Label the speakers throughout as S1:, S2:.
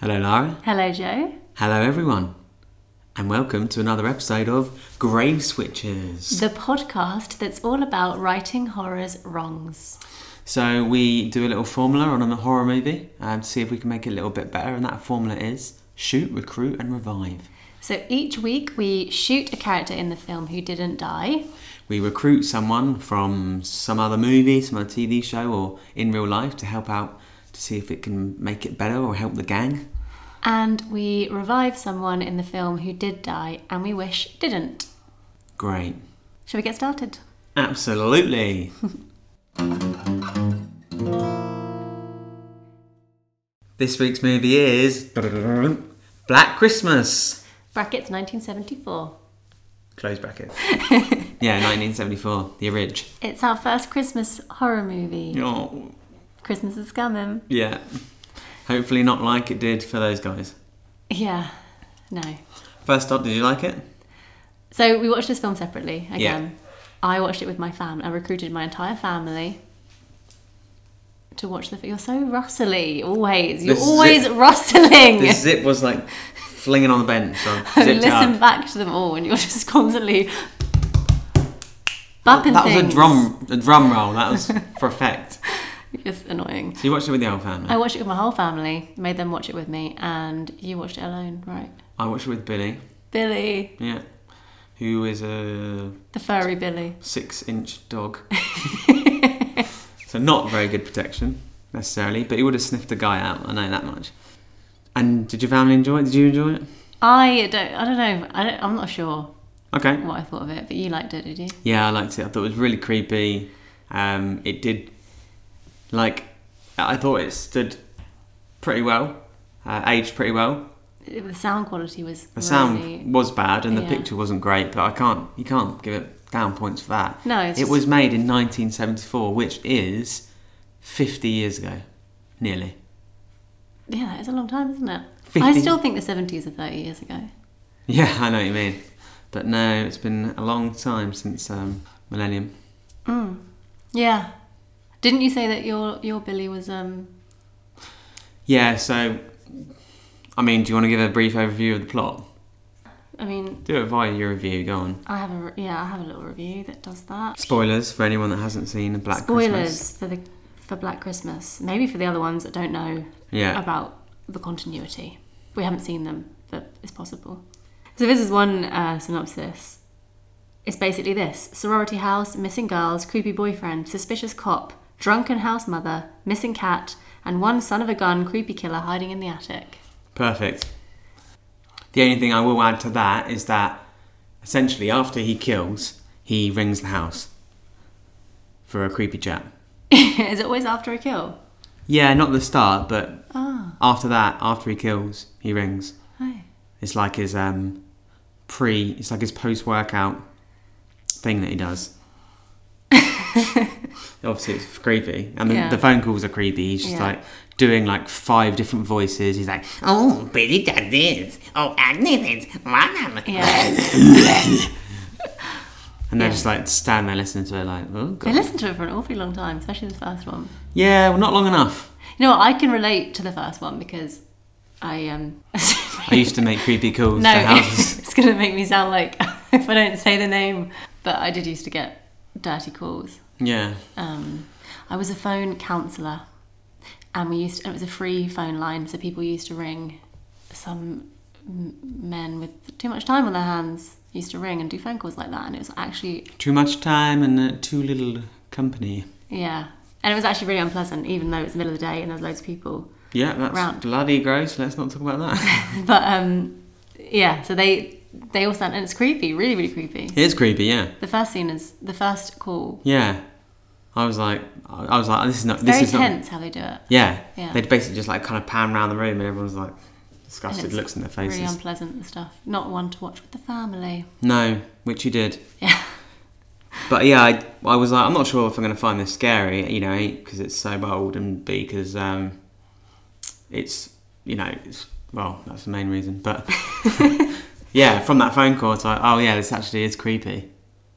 S1: Hello, Lara.
S2: Hello, Joe.
S1: Hello, everyone. And welcome to another episode of Grave Switchers.
S2: The podcast that's all about righting horror's wrongs.
S1: So, we do a little formula on a horror movie um, to see if we can make it a little bit better, and that formula is shoot, recruit, and revive.
S2: So each week we shoot a character in the film who didn't die.
S1: We recruit someone from some other movie, some other TV show, or in real life to help out to see if it can make it better or help the gang.
S2: And we revive someone in the film who did die and we wish didn't.
S1: Great.
S2: Shall we get started?
S1: Absolutely. this week's movie is Black Christmas.
S2: Brackets 1974.
S1: Close bracket. yeah, 1974, the orig.
S2: It's our first Christmas horror movie.
S1: Oh,
S2: Christmas is coming.
S1: yeah. Hopefully not like it did for those guys.
S2: Yeah, no.
S1: First up, did you like it?
S2: So we watched this film separately again. I watched it with my family. I recruited my entire family to watch the film. You're so rustly, always. You're
S1: This is
S2: always
S1: it.
S2: rustling.
S1: The zip was like flinging on the bench. So I
S2: I
S1: zipped it
S2: listen
S1: up.
S2: back to them all, and you're just constantly bumping
S1: That
S2: things.
S1: was a drum, a drum roll. That was for effect.
S2: Just annoying.
S1: So you watched it with the whole family.
S2: I watched it with my whole family. Made them watch it with me, and you watched it alone, right?
S1: I watched it with Billy.
S2: Billy,
S1: Yeah. Who is a
S2: the furry Billy.
S1: six inch dog. so, not very good protection necessarily, but he would have sniffed the guy out, I know that much. And did your family enjoy it? Did you enjoy it?
S2: I don't. I don't know. I don't, I'm not sure
S1: Okay.
S2: what I thought of it, but you liked it, did you?
S1: Yeah, I liked it. I thought it was really creepy. Um, it did, like, I thought it stood pretty well, uh, aged pretty well.
S2: It- The sound quality was
S1: The sound
S2: really-
S1: was bad and the
S2: Yeah.
S1: picture wasn't great, but I can't, you can't give it down points for that.
S2: No, it's
S1: It
S2: just-
S1: was made in 1974, which is 50 years ago, nearly.
S2: Yeah, that is a long time, isn't it?
S1: 50.
S2: I still think the seventies are thirty years ago.
S1: Yeah, I know what you mean. But no, it's been a long time since um, Millennium.
S2: Mm. Yeah. Didn't you say that your your Billy was um?
S1: Yeah, so, I mean, do you want to give a brief overview of the plot?
S2: I mean,
S1: Do it via your review, go on.
S2: I have a re- yeah, I have a little review that does that.
S1: Spoilers for anyone that hasn't seen Black
S2: Spoilers
S1: Christmas.
S2: for the for Black Christmas. Maybe for the other ones that don't know
S1: Yeah.
S2: about the continuity. We haven't seen them, but it's possible. So this is one uh, synopsis. It's basically this: sorority house, missing girls, creepy boyfriend, suspicious cop, drunken house mother, missing cat, and one son of a gun creepy killer hiding in the attic.
S1: Perfect. The only thing I will add to that is that essentially after he kills, he rings the house for a creepy chat.
S2: is it always after a kill?
S1: Yeah, not the start, but
S2: Ah,
S1: after that, after he kills, he rings.
S2: hi.
S1: It's like his um pre it's like his post workout thing that he does. Obviously it's creepy. And the,
S2: Yeah.
S1: the phone calls are creepy. He's just
S2: Yeah.
S1: like doing like five different voices. He's like,
S3: Oh, Billy does this. Oh, Agnes is one of
S2: Yeah.
S1: and they're
S2: Yeah.
S1: just like standing there listening to it like, oh
S2: They
S1: god.
S2: listened to it for an awfully long time, especially the first one.
S1: Yeah, well not long enough.
S2: You know what? I can relate to the first one because I um.
S1: I used to make creepy calls
S2: no,
S1: to houses.
S2: it's gonna make me sound like if I don't say the name, but I did used to get dirty calls.
S1: yeah.
S2: Um, I was a phone counsellor, and we used it was a free phone line, so people used to ring. Some m- men with too much time on their hands used to ring and do phone calls like that, and it was actually
S1: Too much time and uh, too little company.
S2: yeah, and it was actually really unpleasant, even though it was the middle of the day and there was loads of people.
S1: Yeah, that's
S2: Round.
S1: bloody gross. Let's not talk about that.
S2: But um, yeah, so they they all stand and it's creepy, really, really creepy.
S1: it is creepy, yeah.
S2: The first scene is the first call.
S1: Yeah, I was like, I was like, this is not.
S2: It's
S1: this
S2: very
S1: is not.
S2: tense how they do it.
S1: Yeah.
S2: Yeah.
S1: They'd basically just like kind of pan around the room, and everyone's like
S2: And
S1: disgusted
S2: it's
S1: looks in their faces.
S2: Really unpleasant and stuff. Not one to watch with the family.
S1: no, which you did.
S2: Yeah.
S1: But yeah, I, I was like, I'm not sure if I'm going to find this scary, you know, because it's so bold, and B because um, it's you know, it's well, that's the main reason. But yeah, from that phone call, it's like, oh yeah, this actually is creepy.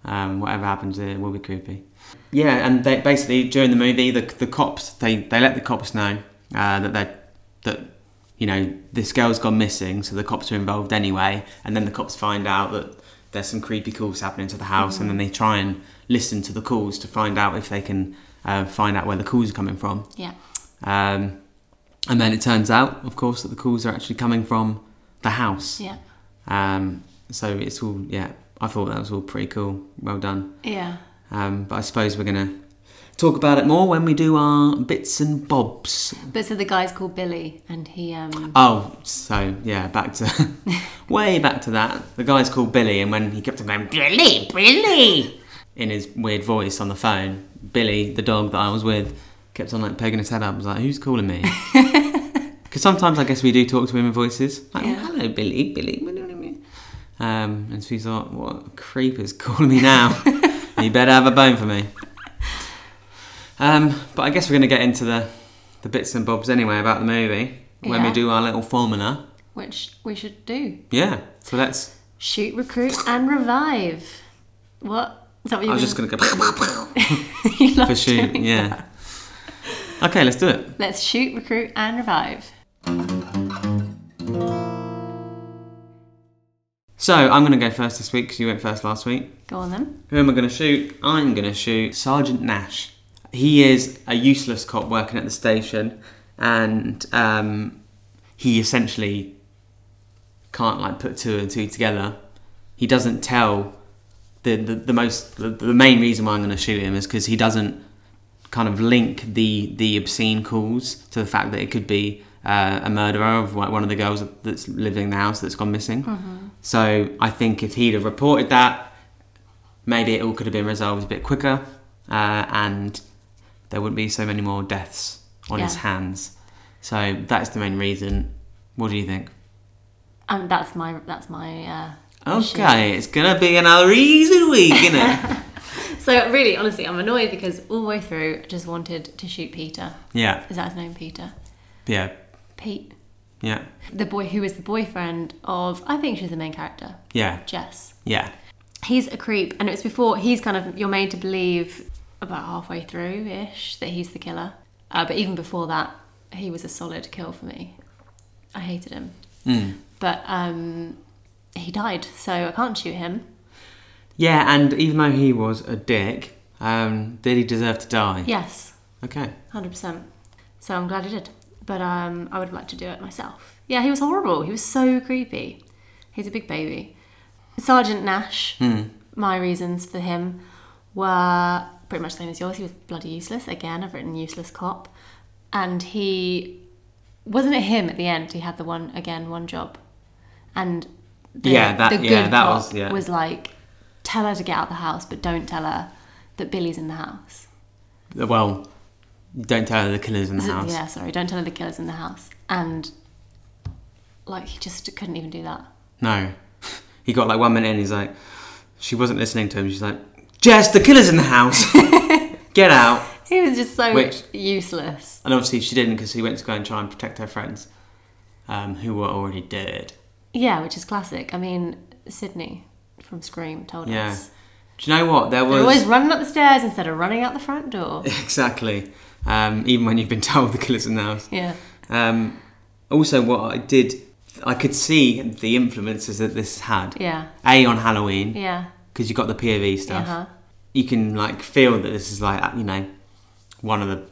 S1: Um, whatever happens here will be creepy. Yeah, and they basically during the movie, the the cops they, they let the cops know uh, that they that you know, this girl's gone missing, so the cops are involved anyway. And then the cops find out that there's some creepy calls happening to the house, and then they try and listen to the calls to find out if they can uh, find out where the calls are coming from.
S2: Yeah.
S1: Um, and then it turns out, of course, that the calls are actually coming from the house.
S2: Yeah.
S1: Um, so it's all, yeah, I thought that was all pretty cool. Well done.
S2: Yeah.
S1: Um, but I suppose we're going to talk about it more when we do our bits and bobs.
S2: But so the guy's called Billy, and he um
S1: Oh, so yeah, back to way back to that. The guy's called Billy, and when he kept on going
S3: Billy, Billy.
S1: in his weird voice on the phone, Billy, the dog that I was with, kept on like pegging his head up. I was like, "Who's calling me?" Because sometimes I guess we do talk to women voices. Like,
S2: Yeah.
S1: "Hello, Billy, Billy." what do you mean?" Um, and she's like, "What a creep is calling me now? you better have a bone for me." Um, but I guess we're gonna get into the the bits and bobs anyway about the movie when we
S2: Yeah.
S1: do our little formula.
S2: which we should do.
S1: Yeah. So that's.
S2: Shoot, recruit, and revive. What? Is that what you
S1: I was
S2: were
S1: just gonna go for
S2: gonna you love
S1: shoot.
S2: doing
S1: Yeah.
S2: that.
S1: Okay, let's do it.
S2: Let's shoot, recruit, and revive.
S1: So I'm gonna go first this week because you went first last week.
S2: Go on then.
S1: Who am I gonna shoot? I'm gonna shoot Sergeant Nash. He is a useless cop working at the station, and um, he essentially can't like put two and two together. He doesn't tell the the, the most the, the main reason why I'm going to shoot him is because he doesn't kind of link the the obscene calls to the fact that it could be uh, a murderer of like one of the girls that's living in the house that's gone missing. So I think if he'd have reported that, maybe it all could have been resolved a bit quicker, uh, and there wouldn't be so many more deaths on his
S2: Yeah.
S1: hands. So that's the main reason. What do you think?
S2: Um, that's my that's my. Uh,
S1: Okay, it's gonna be another easy week, isn't it?
S2: shoot. So really, honestly, I'm annoyed because all the way through, I just wanted to shoot Peter.
S1: yeah,
S2: Is that his name, Peter?
S1: yeah,
S2: Pete,
S1: yeah,
S2: the boy who is the boyfriend of I think she's the main character,
S1: yeah,
S2: Jess.
S1: yeah,
S2: He's a creep, and it was before he's kind of you're made to believe about halfway through ish that he's the killer. Uh, but even before that, he was a solid kill for me. I hated him, but um, he died, so I can't shoot him.
S1: yeah. And even though he was a dick, um, did he deserve to die?
S2: Yes,
S1: Okay.
S2: Hundred percent. So I'm glad he did, but um, I would like to do it myself. Yeah, he was horrible. He was so creepy. He's a big baby. Sergeant Nash.
S1: Hmm.
S2: My reasons for him were pretty much the same as yours. He was bloody useless. Again, I've written useless cop, and he wasn't it him at the end. He had the one again, one job, and the,
S1: Yeah, that-
S2: the good
S1: yeah, that
S2: cop
S1: was- yeah.
S2: was like, tell her to get out of the house, but don't tell her that Billy's in the house.
S1: Well, don't tell her the killer's in the house.
S2: Yeah, sorry, don't tell her the killer's in the house. And like he just couldn't even do that.
S1: No. He got like one minute in. He's like, she wasn't listening to him. She's like, Jess, the killer's in the house. Get out.
S2: He was just so
S1: Which-
S2: useless.
S1: And obviously she didn't because he went to go and try and protect her friends, um, who were already dead.
S2: Yeah, which is classic. I mean, Sydney from Scream told
S1: Yeah.
S2: us.
S1: Do you know what? There
S2: They're
S1: was
S2: always running up the stairs instead of running out the front door.
S1: exactly. Um, even when you've been told the killer's in the house.
S2: yeah.
S1: Um, also, what I did, I could see the influences that this had.
S2: Yeah.
S1: A on Halloween
S2: Yeah.
S1: because you got the POV stuff.
S2: Uh-huh.
S1: You can like feel that this is like you know one of the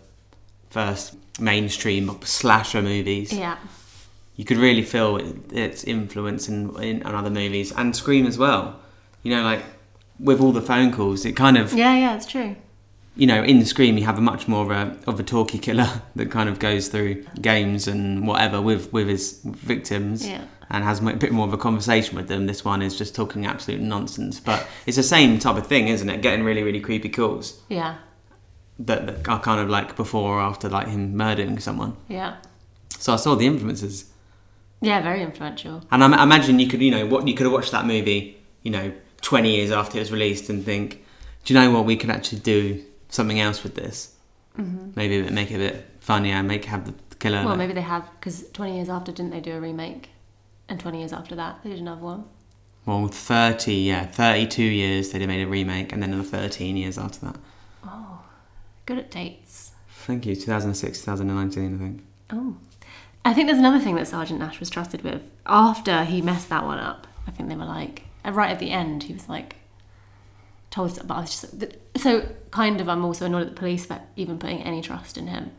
S1: first mainstream slasher movies.
S2: Yeah.
S1: You could really feel it, its influence in, in on other movies and Scream as well. You know, like with all the phone calls, it kind of
S2: Yeah, yeah, it's true.
S1: you know, in Scream, you have a much more uh, of a talky killer that kind of goes through games and whatever with with his victims
S2: Yeah.
S1: and has a bit more of a conversation with them. This one is just talking absolute nonsense, but it's the same type of thing, isn't it? Getting really, really creepy calls
S2: Yeah.
S1: that, that are kind of like before or after like him murdering someone.
S2: Yeah.
S1: So I saw the influences,
S2: Yeah, very influential.
S1: and I, I imagine you could, you know, what you could have watched that movie, you know, twenty years after it was released and think, do you know what we could actually do something else with this? maybe a bit- make it a bit funnier, make have the killer.
S2: Mm-hmm. Well,
S1: like-
S2: maybe they have, because 20 years after, didn't they do a remake? And 20 years after that, they did another one.
S1: well, thirty, yeah, thirty-two years they made a remake, and then another thirteen years after that.
S2: Good at dates.
S1: Thank you, 2006, 2019, I think.
S2: Oh. I think there's another thing that Sergeant Nash was trusted with. After he messed that one up, I think they were like, and right at the end, he was like, told, but I was just, th- so kind of, I'm also annoyed at the police for even putting any trust in him.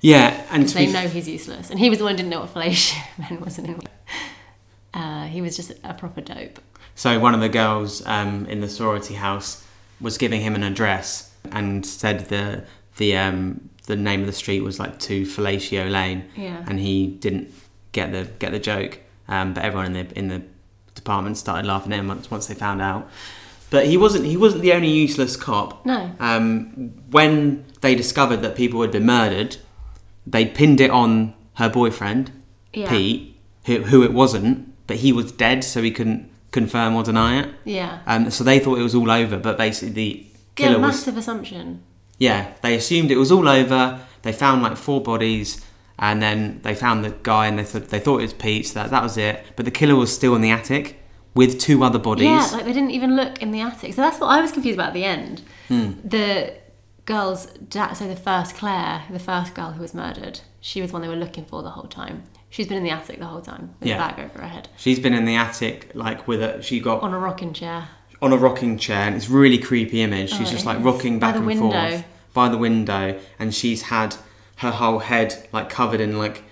S1: Yeah, and to
S2: They
S1: be
S2: know he's useless. And he was the one who didn't know what fellatio meant, wasn't he? Uh, he was just a proper dope.
S1: So one of the girls um, in the sorority house was giving him an address and said the the um, the name of the street was like to Fellatio Lane,
S2: Yeah.
S1: and he didn't get the get the joke. Um, but everyone in the in the department started laughing at him once once they found out. But he wasn't he wasn't the only useless cop.
S2: No.
S1: Um, when they discovered that people had been murdered, they pinned it on her boyfriend,
S2: Yeah.
S1: Pete, who, who it wasn't, but he was dead, so he couldn't confirm or deny it.
S2: Yeah.
S1: Um, so they thought it was all over, but basically the
S2: Yeah,
S1: killer was
S2: massive assumption.
S1: yeah. They assumed it was all over. They found like four bodies, and then they found the guy, and they thought they thought it was Pete. So that that was it. But the killer was still in the attic with two other bodies.
S2: Yeah, like they didn't even look in the attic. So that's what I was confused about at the end.
S1: Hmm.
S2: The girls, da- so the first Claire, the first girl who was murdered, she was the one they were looking for the whole time. She's been in the attic the whole time with
S1: Yeah.
S2: a bag over her head
S1: She's been in the attic like with a she got
S2: on a rocking chair.
S1: on a rocking chair, and it's a really creepy image.
S2: Oh,
S1: She's
S2: it
S1: just like
S2: is.
S1: rocking
S2: By
S1: back
S2: the
S1: and
S2: window.
S1: forth by the window, and she's had her whole head like covered in like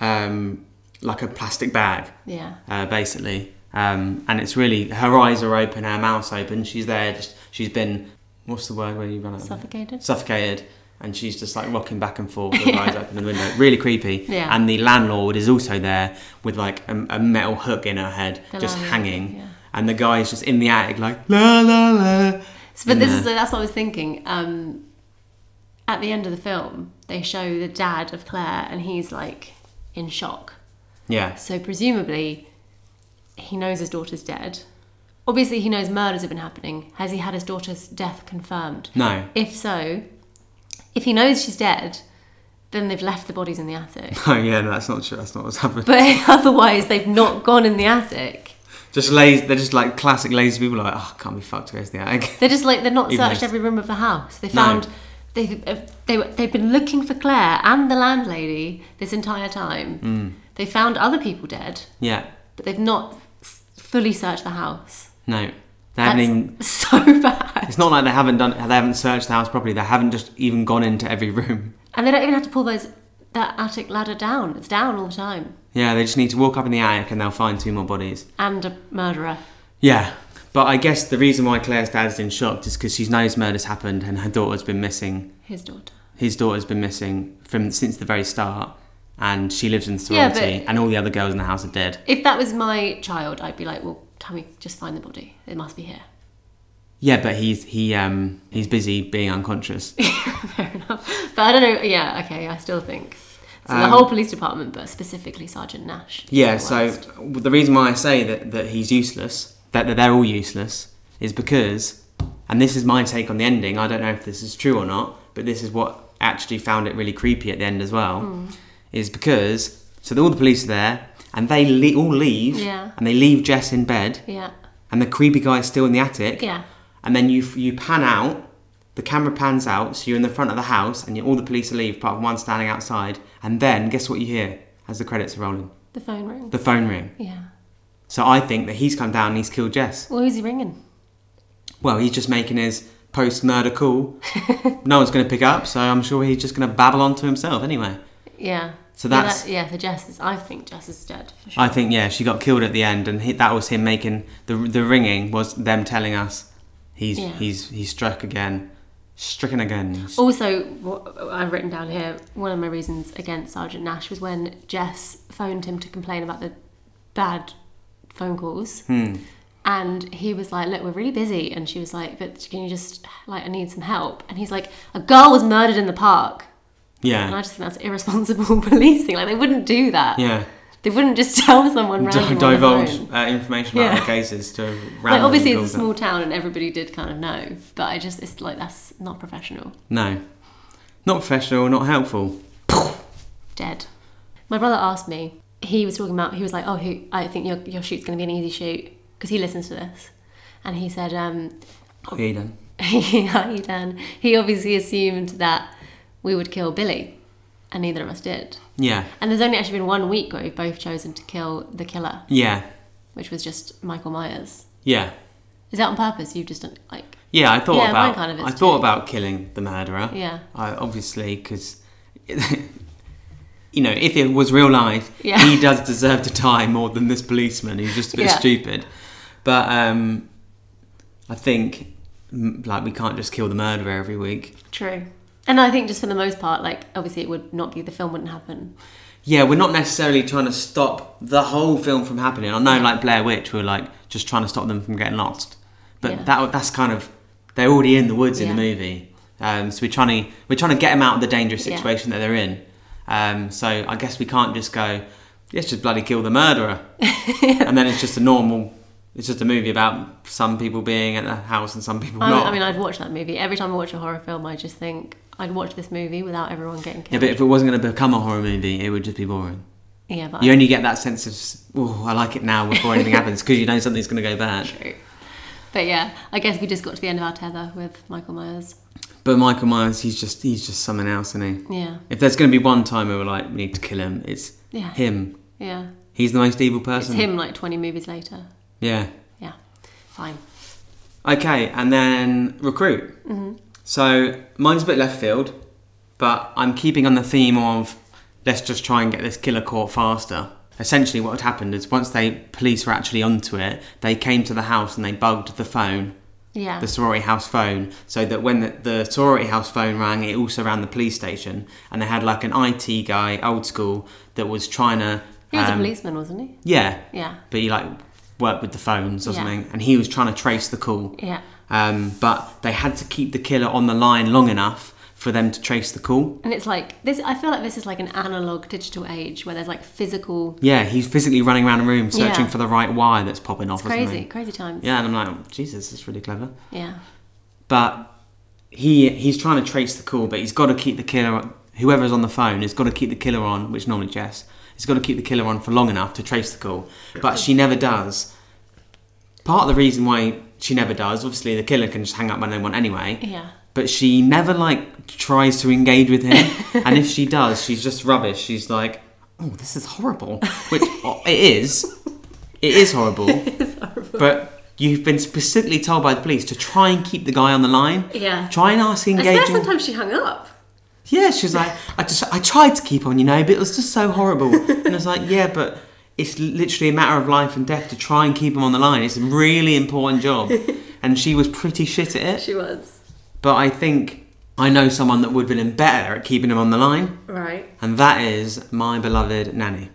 S1: um, like a plastic bag,
S2: Yeah.
S1: uh, basically. Um, and it's really her eyes are open, her mouth's open. She's there. Just she's been what's the word where you run out? of-
S2: Suffocated?
S1: Suffocated. And she's just like rocking back and forth with her eyes open in the window. Really creepy.
S2: Yeah.
S1: And the landlord is also there with like a, a metal hook in her head,
S2: The
S1: just
S2: landlord,
S1: hanging.
S2: yeah.
S1: And the guy is just in the attic, like, la la la.
S2: So, but this
S1: Yeah.
S2: is that's what I was thinking. Um, at the end of the film, they show the dad of Claire, and he's like in shock.
S1: Yeah.
S2: So presumably, he knows his daughter's dead. Obviously, he knows murders have been happening. Has he had his daughter's death confirmed?
S1: No.
S2: If so, if he knows she's dead, then they've left the bodies in the attic.
S1: Oh, yeah, no, that's not true. That's not what's happened.
S2: But otherwise, they've not gone in the attic.
S1: Just lazy. They're just like classic lazy people, like, oh, can't be fucked to go to the attic.
S2: They're just like they've not
S1: Even
S2: searched
S1: if-
S2: every room of the house. They
S1: No.
S2: found they uh, they were- they've been looking for Claire and the landlady this entire time.
S1: Hmm.
S2: They found other people dead,
S1: yeah.
S2: but they've not s- fully searched the house.
S1: No. They
S2: That's
S1: haven't even.
S2: so bad.
S1: It's not like they haven't done. They haven't searched the house properly. They haven't just even gone into every room.
S2: And they don't even have to pull those that attic ladder down. It's down all the time.
S1: Yeah, they just need to walk up in the attic and they'll find two more bodies.
S2: And a murderer.
S1: Yeah. But I guess the reason why Claire's dad's in shock is because she knows murder's happened and her daughter's been missing.
S2: His daughter.
S1: His daughter's been missing from since the very start, and she lives in the
S2: Yeah,
S1: sorority,
S2: but-
S1: and all the other girls in the house are dead.
S2: If that was my child, I'd be like, well, can we just find the body? It must be here.
S1: Yeah, but he's he um he's busy being unconscious.
S2: Fair enough. But I don't know. Yeah, okay, I still think. So the
S1: Um,
S2: whole police department, but specifically Sergeant Nash.
S1: yeah,
S2: is the
S1: so
S2: worst.
S1: the reason why I say that that he's useless, that, that they're all useless, is because, and this is my take on the ending. I don't know if this is true or not, but this is what actually found it really creepy at the end as well,
S2: Hmm.
S1: is because so all the police are there and they le- all leave,
S2: Yeah.
S1: and they leave Jess in bed,
S2: Yeah.
S1: and the creepy guy is still in the attic,
S2: Yeah.
S1: and then you you pan out the camera pans out so you're in the front of the house and you, all the police are leave apart from one standing outside and then guess what you hear as the credits are rolling
S2: The phone rings.
S1: the phone ring
S2: yeah.
S1: so i think that he's come down and he's killed jess
S2: Well, who's he ringing?
S1: well he's just making his post-murder call no one's going to pick up so i'm sure he's just going to babble on to himself anyway
S2: Yeah.
S1: So
S2: Yeah,
S1: that's-
S2: that- yeah, so Jess is. I think Jess is dead for sure.
S1: i think yeah she got killed at the end and he, that was him making the, the ringing was them telling us he's
S2: Yeah. Oh,
S1: he's he's struck again stricken again
S2: Also, what I've written down here, one of my reasons against Sergeant Nash was when Jess phoned him to complain about the bad phone calls.
S1: Hmm.
S2: And he was like, Look, we're really busy. And she was like, But can you just, like, I need some help. And he's like, A girl was murdered in the park.
S1: yeah
S2: And I just think that's irresponsible policing. Like, they wouldn't do that.
S1: yeah
S2: They wouldn't just tell someone
S1: Di-
S2: randomly. on the
S1: divulge
S2: phone.
S1: uh, information about
S2: Yeah.
S1: the cases to random
S2: Like, obviously,
S1: people
S2: it's a
S1: that-
S2: small town and everybody did kind of know. But I just, it's like, that's not professional.
S1: No, not professional, not helpful.
S2: dead. My brother asked me. He was talking about. He was like, "Oh, who, I think your your shoot's going to be an easy shoot because he listens to this." And he said, um,
S1: What have you done?
S2: "How you done?" He obviously assumed that we would kill Billy, and neither of us did.
S1: Yeah.
S2: And there's only actually been one week where we've both chosen to kill the killer,
S1: Yeah.
S2: which was just Michael Myers.
S1: Yeah.
S2: Is that on purpose? You've just done like
S1: Yeah, I thought
S2: Yeah, mine
S1: about
S2: kind of is
S1: I
S2: too.
S1: thought about killing the murderer.
S2: Yeah.
S1: I obviously because you know if it was real life,
S2: Yeah.
S1: he does deserve to die more than this policeman who's just a bit
S2: Yeah.
S1: stupid. But um, I think m- like we can't just kill the murderer every week.
S2: true. And I think just for the most part, like obviously it would not be the film wouldn't happen.
S1: Yeah, we're not necessarily trying to stop the whole film from happening. I know, like Blair Witch, we we're like just trying to stop them from getting lost, but
S2: Yeah.
S1: that that's kind of they're already in the woods in the
S2: Yeah.
S1: movie, um, so we're trying to we're trying to get them out of the dangerous
S2: Yeah.
S1: situation that they're in. Um, so I guess we can't just go, let's just bloody kill the murderer, and then it's just a normal. It's just a movie about some people being at the house and some people
S2: I,
S1: not.
S2: I mean, I'd watch that movie every time I watch a horror film. I just think I'd watch this movie without everyone getting
S1: yeah,
S2: killed.
S1: but if it wasn't going to become a horror movie, it would just be boring.
S2: Yeah, but
S1: You only get that sense of, oh, I like it now before anything happens because you know something's going to go bad.
S2: true. But yeah, I guess we just got to the end of our tether with Michael Myers.
S1: But Michael Myers, he's just he's just someone else, isn't he?
S2: Yeah,
S1: If there's going to be one time where we're like, we need to kill him, it's
S2: Yeah.
S1: him.
S2: yeah.
S1: He's the most evil
S2: It's
S1: person.
S2: him like 20 movies later.
S1: Yeah.
S2: Yeah, fine.
S1: Okay, and then recruit. Mm-hmm. So mine's a bit left field, but I'm keeping on the theme of let's just try and get this killer caught faster. Essentially, what had happened is once they police were actually onto it, they came to the house and they bugged the phone
S2: Yeah.
S1: the sorority house phone so that when the, the sorority house phone rang it also ran the police station and they had like an IT guy old school that was trying to
S2: he was
S1: um,
S2: a policeman, wasn't he?
S1: yeah
S2: Yeah.
S1: but he like worked with the phones or
S2: Yeah.
S1: something and he was trying to trace the call
S2: Yeah.
S1: um, but they had to keep the killer on the line long enough for them to trace the call
S2: And it's like this. I feel like this is like an analog digital age where there's like physical.
S1: yeah he's physically running around a room searching
S2: Yeah.
S1: for the right wire that's popping off or
S2: Crazy,
S1: something.
S2: crazy times.
S1: yeah and I'm like Jesus that's really clever
S2: Yeah.
S1: but he he's trying to trace the call, but he's got to keep the killer. Whoever's on the phone has got to keep the killer on, which normally Jess. He's got to keep the killer on for long enough to trace the call, but she never does. Part of the reason why she never does, obviously, the killer can just hang up when they want anyway.
S2: Yeah.
S1: But she never like tries to engage with him, and if she does, she's just rubbish. She's like, "Oh, this is horrible," which oh, it is. It is horrible. But you've been specifically told by the police to try and keep the guy on the line.
S2: Yeah.
S1: Try and ask
S2: I swear
S1: engaging.
S2: sometimes she hung up.
S1: Yeah, she was like, I just, I tried to keep on, you know, but it was just so horrible. and I was like, yeah, but it's literally a matter of life and death to try and keep him on the line. It's a really important job. and she was pretty shit at it.
S2: She was.
S1: But I think I know someone that would have been better at keeping him on the line,
S2: Right.
S1: and that is my beloved nanny.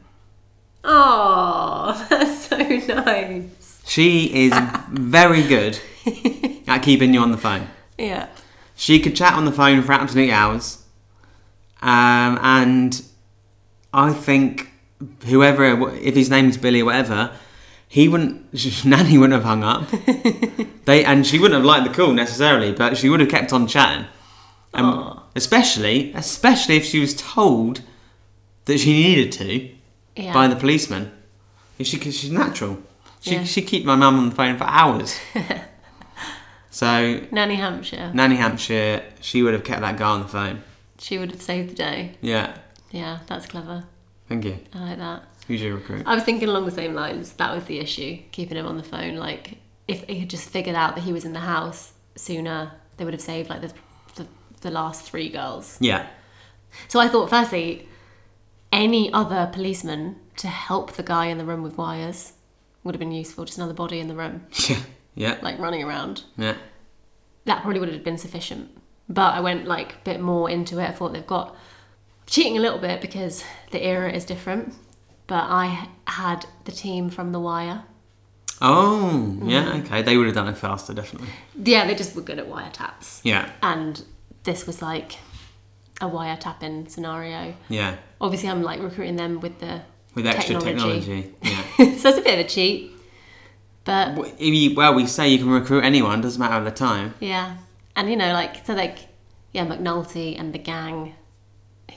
S2: Oh, that's so nice.
S1: She is very good at keeping you on the phone.
S2: Yeah.
S1: She could chat on the phone for absolute hours. Um, and I think whoever, if his name's Billy or whatever, he wouldn't, Nanny wouldn't have hung up. they And she wouldn't have liked the call necessarily, but she would have kept on chatting. Um, especially, especially if she was told that she needed to
S2: Yeah.
S1: by the policeman. If she, 'cause she's natural. She,
S2: Yeah.
S1: She'd keep my mum on the phone for hours. so
S2: Nanny Hampshire.
S1: Nanny Hampshire, she would have kept that guy on the phone.
S2: She would have saved the day.
S1: Yeah,
S2: Yeah, that's clever.
S1: thank you.
S2: I like that.
S1: Who's your recruit?
S2: I was thinking along the same lines. That was the issue, keeping him on the phone. Like, if he had just figured out that he was in the house sooner, they would have saved like the the, the last three girls.
S1: Yeah,
S2: So I thought, firstly, any other policeman to help the guy in the room with wires would have been useful. Just another body in the room,
S1: yeah, yeah,
S2: like running around.
S1: yeah.
S2: That probably would have been sufficient. But I went like a bit more into it. I thought they've got cheating a little bit because the era is different. But I had the team from The Wire.
S1: Oh, yeah.
S2: Mm.
S1: Okay, they would have done it faster, definitely.
S2: Yeah, they just were good at wiretaps.
S1: Yeah,
S2: And this was like a wiretapping scenario.
S1: yeah.
S2: Obviously, I'm like recruiting them with the
S1: With extra technology. Yeah.
S2: so it's a bit of a cheat. But
S1: Well, if you- well, we say you can recruit anyone. Doesn't matter the time.
S2: yeah. And you know, like, so like, yeah, McNulty and the gang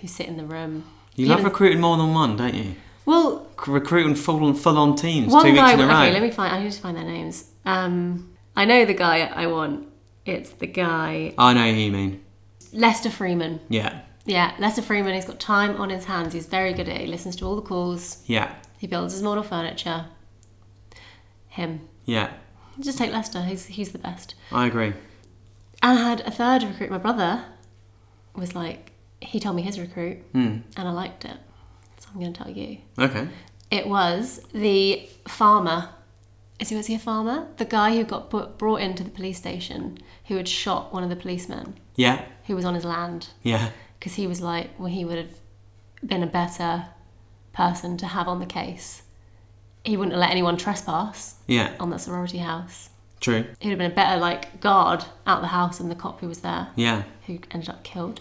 S2: who sit in the room.
S1: You
S2: Even-
S1: love recruiting more than one, don't you?
S2: Well,
S1: C- Recruiting full on full on teams two
S2: one
S1: weeks
S2: guy.
S1: in a row.
S2: Okay, let me find. I need to find their names. Um, I know the guy I want. It's the guy
S1: I know who you mean.
S2: Lester Freeman.
S1: Yeah,
S2: Yeah, Lester Freeman, he's got time on his hands. He's very good at it. He listens to all the calls.
S1: Yeah,
S2: He builds his model furniture. Him.
S1: yeah,
S2: Just take Lester. He's, he's the best.
S1: I agree.
S2: And I had a third recruit. My brother was like, he told me his recruit,
S1: Hmm.
S2: and I liked it. So I'm going to tell you.
S1: Okay.
S2: It was the farmer. Is he was he a farmer? The guy who got bu- brought into the police station, who had shot one of the policemen
S1: Yeah,
S2: who was on his land,
S1: yeah,
S2: because he was like, well, he would have been a better person to have on the case. He wouldn't have let anyone trespass
S1: yeah.
S2: on that sorority house.
S1: True.
S2: He would have been a better like guard out the house than the cop who was there,
S1: Yeah.
S2: who ended up killed.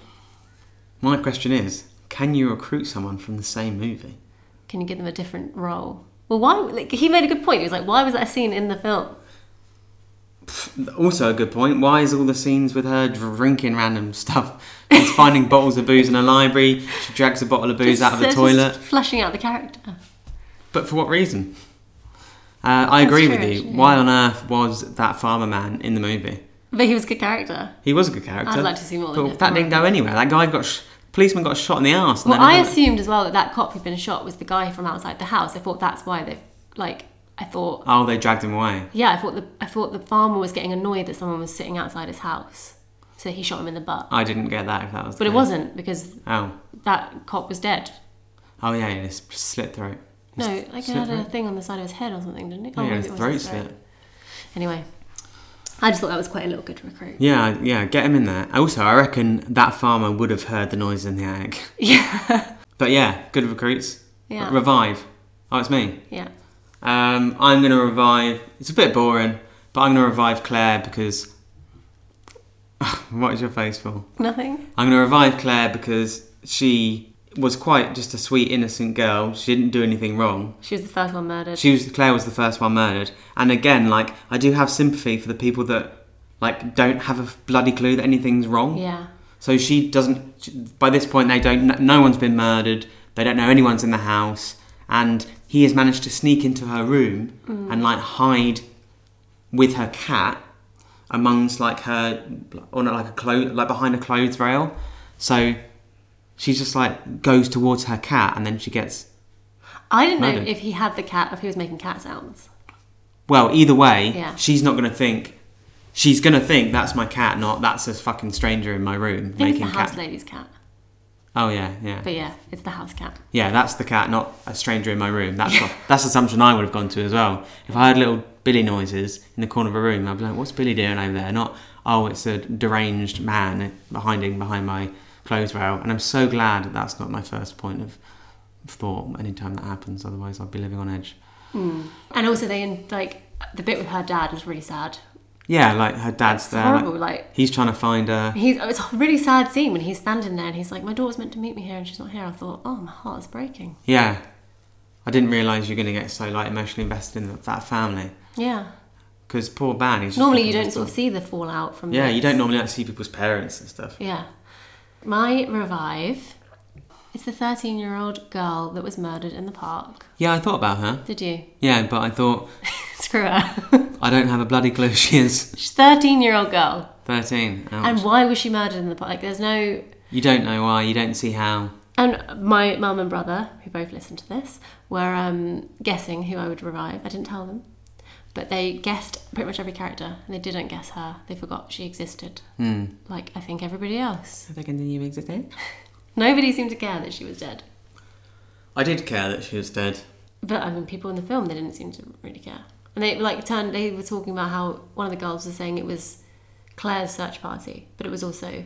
S1: My question is, can you recruit someone from the same movie?
S2: Can you give them a different role? Well, why? Like, he made a good point. He was like, why was that a scene in the film?
S1: Also, a good point. Why is all the scenes with her drinking random stuff? She's finding bottles of booze in a library. She drags a bottle of booze
S2: Just-
S1: out of the
S2: just
S1: toilet.
S2: Flushing out the character.
S1: But for what reason? Uh, I agree
S2: true,
S1: with you.
S2: actually.
S1: Why on earth was that farmer man in the movie?
S2: But he was a good character.
S1: He was a good character.
S2: I'd like to see more
S1: But
S2: than him.
S1: that didn't go anywhere. That guy got sh- policeman got shot in the arse. and
S2: Well,
S1: then
S2: I
S1: another-
S2: assumed as well that that cop who'd been shot was the guy from outside the house. I thought that's why they, like, I thought,
S1: Oh, they dragged him away.
S2: yeah, I thought the I thought the farmer was getting annoyed that someone was sitting outside his house, so he shot him in the butt.
S1: I didn't get that. If that was.
S2: But it wasn't because
S1: Oh.
S2: that cop was dead.
S1: Oh yeah, he just slit throat.
S2: No, like it
S1: slit
S2: had a
S1: throat?
S2: thing on the side of his head or something, didn't it? Oh,
S1: yeah,
S2: maybe
S1: his
S2: it was
S1: throat
S2: his throat.
S1: slit.
S2: Anyway, I just thought that was quite a little good recruit.
S1: Yeah, yeah, get him in there. Also, I reckon that farmer would have heard the noise in the attic.
S2: Yeah,
S1: But yeah, good recruits.
S2: Yeah.
S1: Revive. Oh, it's me.
S2: yeah.
S1: Um, I'm going to revive. It's a bit boring, but I'm going to revive Claire because. what is your face for?
S2: Nothing.
S1: I'm going to revive Claire because she was quite just a sweet, innocent girl. She didn't do anything wrong.
S2: She was the first one murdered.
S1: She was Claire was the first one murdered, and again, like I do have sympathy for the people that like don't have a bloody clue that anything's wrong.
S2: yeah.
S1: So she doesn't. she- By this point, they don't. kn- No one's been murdered. They don't know anyone's in the house, and he has managed to sneak into her room
S2: Mm.
S1: and like hide with her cat amongst like her on like a clothes like behind a clothes rail. So she's just like goes towards her cat, and then she gets.
S2: I didn't know
S1: Murdered.
S2: if he had the cat, if he was making cat sounds.
S1: Well, either way,
S2: Yeah.
S1: she's not gonna think. She's gonna think that's my cat, not that's a fucking stranger in my room
S2: I think
S1: making
S2: it's the house
S1: cat.
S2: lady's cat.
S1: Oh yeah, yeah.
S2: But yeah, it's the house cat.
S1: Yeah, that's the cat, not a stranger in my room. That's what, that's the assumption I would have gone to as well. If I heard little Billy noises in the corner of a room, I'd be like, "What's Billy doing over there?" Not, "Oh, it's a deranged man behind him behind my clothes rail." And I'm so glad that that's not my first point of thought. Anytime that happens, otherwise I'd be living on edge.
S2: And also, they like the bit with her dad is really sad.
S1: Yeah, like her dad's
S2: It's
S1: there.
S2: horrible.
S1: like,
S2: Like
S1: he's trying to find her.
S2: he's it's a really sad scene when he's standing there and he's like, "My daughter's meant to meet me here and she's not here." I thought, "Oh, my heart is breaking."
S1: Yeah, I didn't realise you're going to get so like emotionally invested in that family
S2: Yeah.
S1: because poor Ban. He's just
S2: Normally, you
S1: looking
S2: don't
S1: just
S2: sort of see the fallout from.
S1: Yeah,
S2: this.
S1: you don't normally like, see people's parents and stuff.
S2: Yeah. My revive. It's the thirteen-year-old girl that was murdered in the park.
S1: Yeah, I thought about her.
S2: Did you?
S1: Yeah, but I thought
S2: Screw her.
S1: I don't have a bloody clue. She is
S2: She's thirteen-year-old girl.
S1: thirteen. Ouch.
S2: And why was she murdered in the park? Like, there's no
S1: you don't know why. You don't see how.
S2: And my mum and brother, who both listened to this, were um, guessing who I would revive. I didn't tell them, but they guessed pretty much every character, and they didn't guess her. They forgot she existed,
S1: Hmm.
S2: like I think everybody else.
S1: They continue existing.
S2: Nobody seemed to care that she was dead.
S1: I did care that she was dead.
S2: But I mean, people in the film they didn't seem to really care, and they like turned. They were talking about how one of the girls was saying it was Claire's search party, but it was also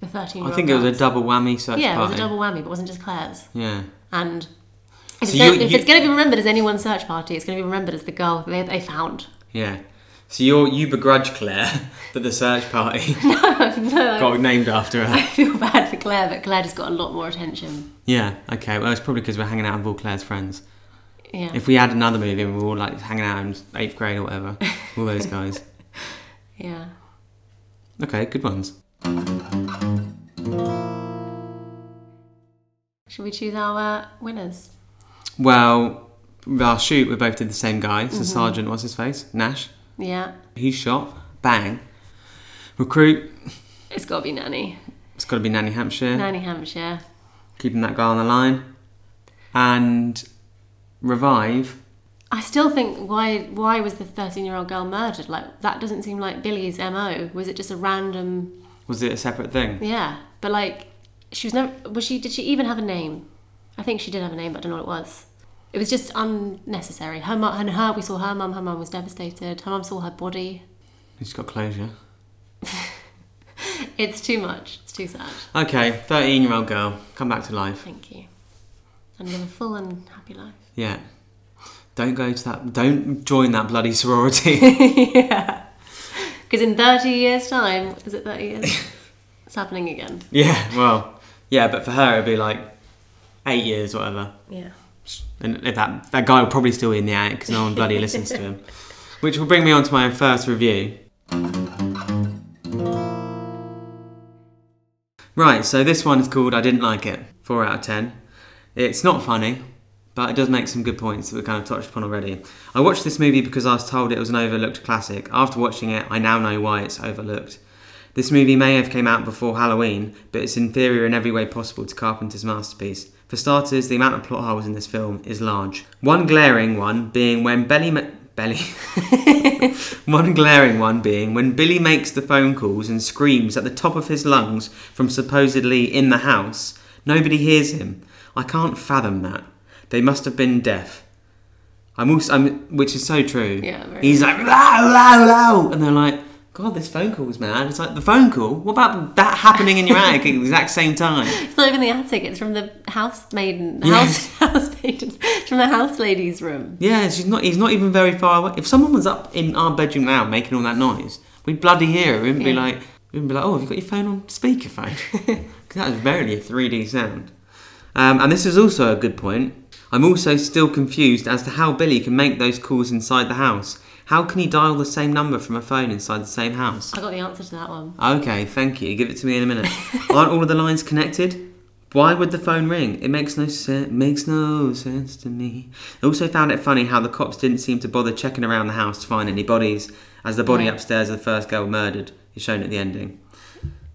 S2: the thirteen-year-old.
S1: I think it was a double whammy search
S2: yeah, it was
S1: party.
S2: a double whammy, but it wasn't just Claire's.
S1: Yeah.
S2: And if,
S1: So
S2: it's,
S1: you-
S2: gonna, if
S1: you-
S2: it's going to be remembered as anyone's search party, it's going to be remembered as the girl they, they found.
S1: Yeah. So you you begrudge Claire that the search party
S2: no,
S1: got named after
S2: I
S1: her.
S2: feel bad for Claire, but Claire just got a lot more attention.
S1: Yeah. Okay. Well, it's probably because we're hanging out with all Claire's friends.
S2: Yeah.
S1: If we had another movie and we were all like hanging out in eighth grade or whatever, all those guys.
S2: yeah.
S1: Okay, good ones.
S2: Should we choose our uh, winners?
S1: Well, our shoot, we both did the same guy. So Sergeant, what's his face? Nash.
S2: Yeah.
S1: He shot. Bang. Recruit.
S2: It's got to be Nanny.
S1: It's got to be Nanny Hampshire,
S2: Nanny Hampshire.
S1: keeping that guy on the line, and revive.
S2: I still think why why was the thirteen year old girl murdered? Like that doesn't seem like Billy's MO. Was it just a random
S1: Was it a separate thing?
S2: yeah. But like she was never was she did she even have a name? I think she did have a name, but I don't know what it was. It was just unnecessary. Her mum and her we saw her mum, her mum was devastated. Her mum saw her body.
S1: He's got closure.
S2: It's too much. It's too sad.
S1: Okay, thirteen-year-old girl, come back to life.
S2: Thank you. And live a full and happy life.
S1: Yeah. Don't go to that. Don't join that bloody sorority.
S2: yeah. Because in 30 years' time, is it 30 years? it's happening again.
S1: yeah. Well. Yeah, but for her it'd be like eight years, whatever.
S2: Yeah.
S1: And if that that guy will probably still be in the attic because no one bloody listens to him. Which will bring me on to my first review. Right, so this one is called I Didn't Like It, 4 out of 10. It's not funny, but it does make some good points that we kind of touched upon already. I watched this movie because I was told it was an overlooked classic. After watching it, I now know why it's overlooked. This movie may have came out before Halloween, but it's inferior in every way possible to Carpenter's masterpiece. For starters, the amount of plot holes in this film is large. One glaring one being when Belly Ma- Belly one glaring one being when Billy makes the phone calls and screams at the top of his lungs from supposedly in the house, nobody hears him. I can't fathom that. They must have been deaf. I'm also, I'm, which is so true.
S2: Yeah, very
S1: He's like, wow, wow, wow. And they're like, God, this phone call's mad. It's like, the phone call? What about that happening in your attic at the exact same time?
S2: It's not even the attic, it's from the housemaiden.
S1: Yes.
S2: House, housemaiden. From the house lady's room.
S1: Yeah, she's not, he's not even very far away. If someone was up in our bedroom now making all that noise, we'd bloody hear it. We wouldn't be
S2: Yeah.
S1: like, we wouldn't be like, oh, have you got your phone on speakerphone? 'Cause that is verily a 3D sound. Um, and this is also a good point. I'm also still confused as to how Billy can make those calls inside the house. How can he dial the same number from a phone inside the same house?
S2: I got the answer to that one.
S1: Okay, thank you. Give it to me in a minute. Aren't all of the lines connected? Why would the phone ring? It makes no sense. Makes no sense to me. I also found it funny how the cops didn't seem to bother checking around the house to find any bodies, as the body
S2: Right.
S1: upstairs of the first girl murdered is shown at the ending.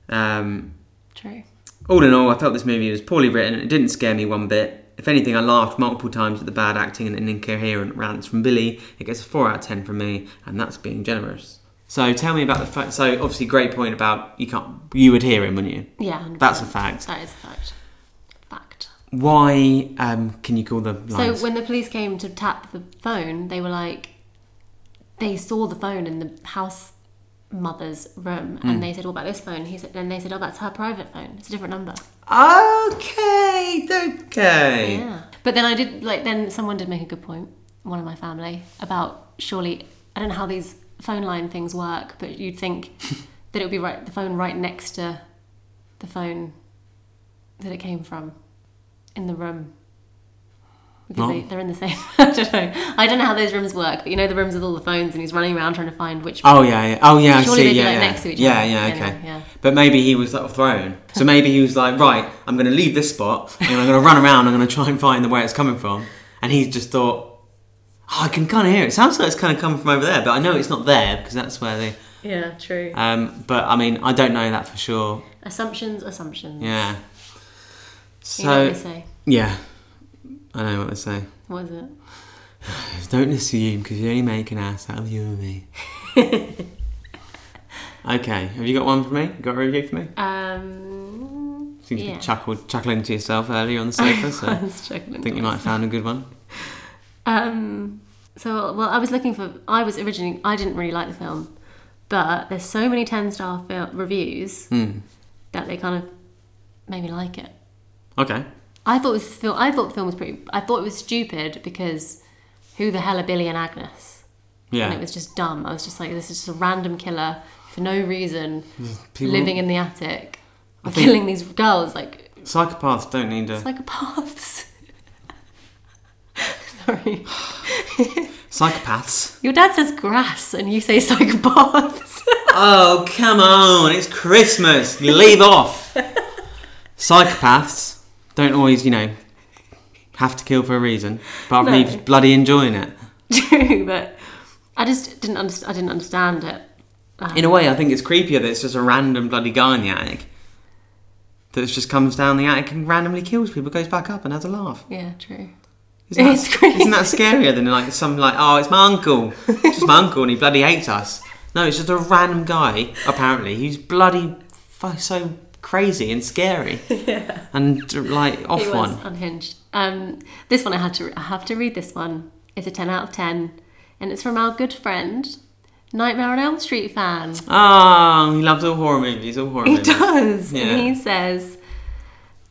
S1: Um,
S2: True.
S1: all in all, I felt this movie was poorly written. It didn't scare me one bit. If anything, I laughed multiple times at the bad acting and incoherent rants from Billy. It gets a 4 out of 10 from me, and that's being generous. So tell me about the fact. So obviously, great point about you can't. You would hear him, wouldn't you?
S2: Yeah. 100%.
S1: That's a fact.
S2: That is a fact. Fact.
S1: Why um, can you call the
S2: So
S1: lines?
S2: when the police came to tap the phone, they were like, they saw the phone in the house mother's room,
S1: Hmm.
S2: and they said, "What about this phone?" He said, then they said, "Oh, that's her private phone. It's a different number."
S1: okay, okay.
S2: Yeah. But then I did like then someone did make a good point, one of my family, about surely I don't know how these phone line things work, but you'd think that it would be right the phone right next to the phone that it came from in the room. Because
S1: What?
S2: they, they're in the same. I don't know. I don't know how those rooms work, but you know the rooms with all the phones, and he's running around trying to find which.
S1: Oh yeah, yeah. Oh yeah, I
S2: Surely
S1: see.
S2: they'd be,
S1: yeah,
S2: like,
S1: yeah.
S2: next to each
S1: yeah,
S2: other.
S1: yeah,
S2: Anyway,
S1: okay.
S2: yeah.
S1: But maybe he was like thrown. So maybe he was like, right, I'm going to leave this spot and I'm going to run around. I'm going to try and find the where it's coming from. And he just thought, oh, I can kind of hear it. Sounds like it's kind of coming from over there, but I know it's not there because that's where they.
S2: Yeah, true.
S1: Um, but I mean, I don't know that for sure.
S2: assumptions, assumptions.
S1: Yeah.
S2: You know what
S1: So
S2: they say.
S1: yeah, I know what they say.
S2: What is it?
S1: Just don't assume because you only make an ass out of you and me. okay, have you got one for me? You got a review for me?
S2: Um,
S1: Seems to
S2: Yeah.
S1: be chuckled, chuckling to yourself earlier on the sofa, so
S2: I
S1: I
S2: was struggling
S1: think you might have found a good one.
S2: Um, so, well, I was looking for. I was originally. I didn't really like the film, but there's so many ten star fil- reviews
S1: Hmm.
S2: that they kind of made me like it.
S1: Okay.
S2: I thought this film. I thought the film was pretty. I thought it was stupid because who the hell are Billy and Agnes?
S1: Yeah.
S2: And it was just dumb. I was just like, this is just a random killer for no reason,
S1: People-
S2: living in the attic,
S1: think-
S2: killing these girls. Like
S1: Psychopaths don't need a.
S2: psychopaths. Sorry.
S1: Psychopaths.
S2: Your dad says grass and you say psychopaths.
S1: oh, come on, it's Christmas. Leave off. Psychopaths don't always, you know, have to kill for a reason, apart from
S2: No.
S1: me just bloody enjoying it.
S2: True, but I just didn't understand. I didn't understand it.
S1: In a way, I think it's creepier that it's just a random bloody guy in the attic. that just comes down the attic and randomly kills people, goes back up and has a laugh.
S2: Yeah, true.
S1: Isn't that,
S2: It's crazy.
S1: isn't that scarier than like some like oh it's my uncle, it's just my uncle and he bloody hates us. No, it's just a random guy apparently who's bloody f- so crazy and scary and like off
S2: It was
S1: one.
S2: unhinged. Um, this one I had to I have to read this one. It's a ten out of ten, and it's from our good friend, Nightmare on Elm Street fan.
S1: Oh, he loves all horror movies. All horror
S2: He
S1: movies.
S2: does.
S1: Yeah.
S2: And he says,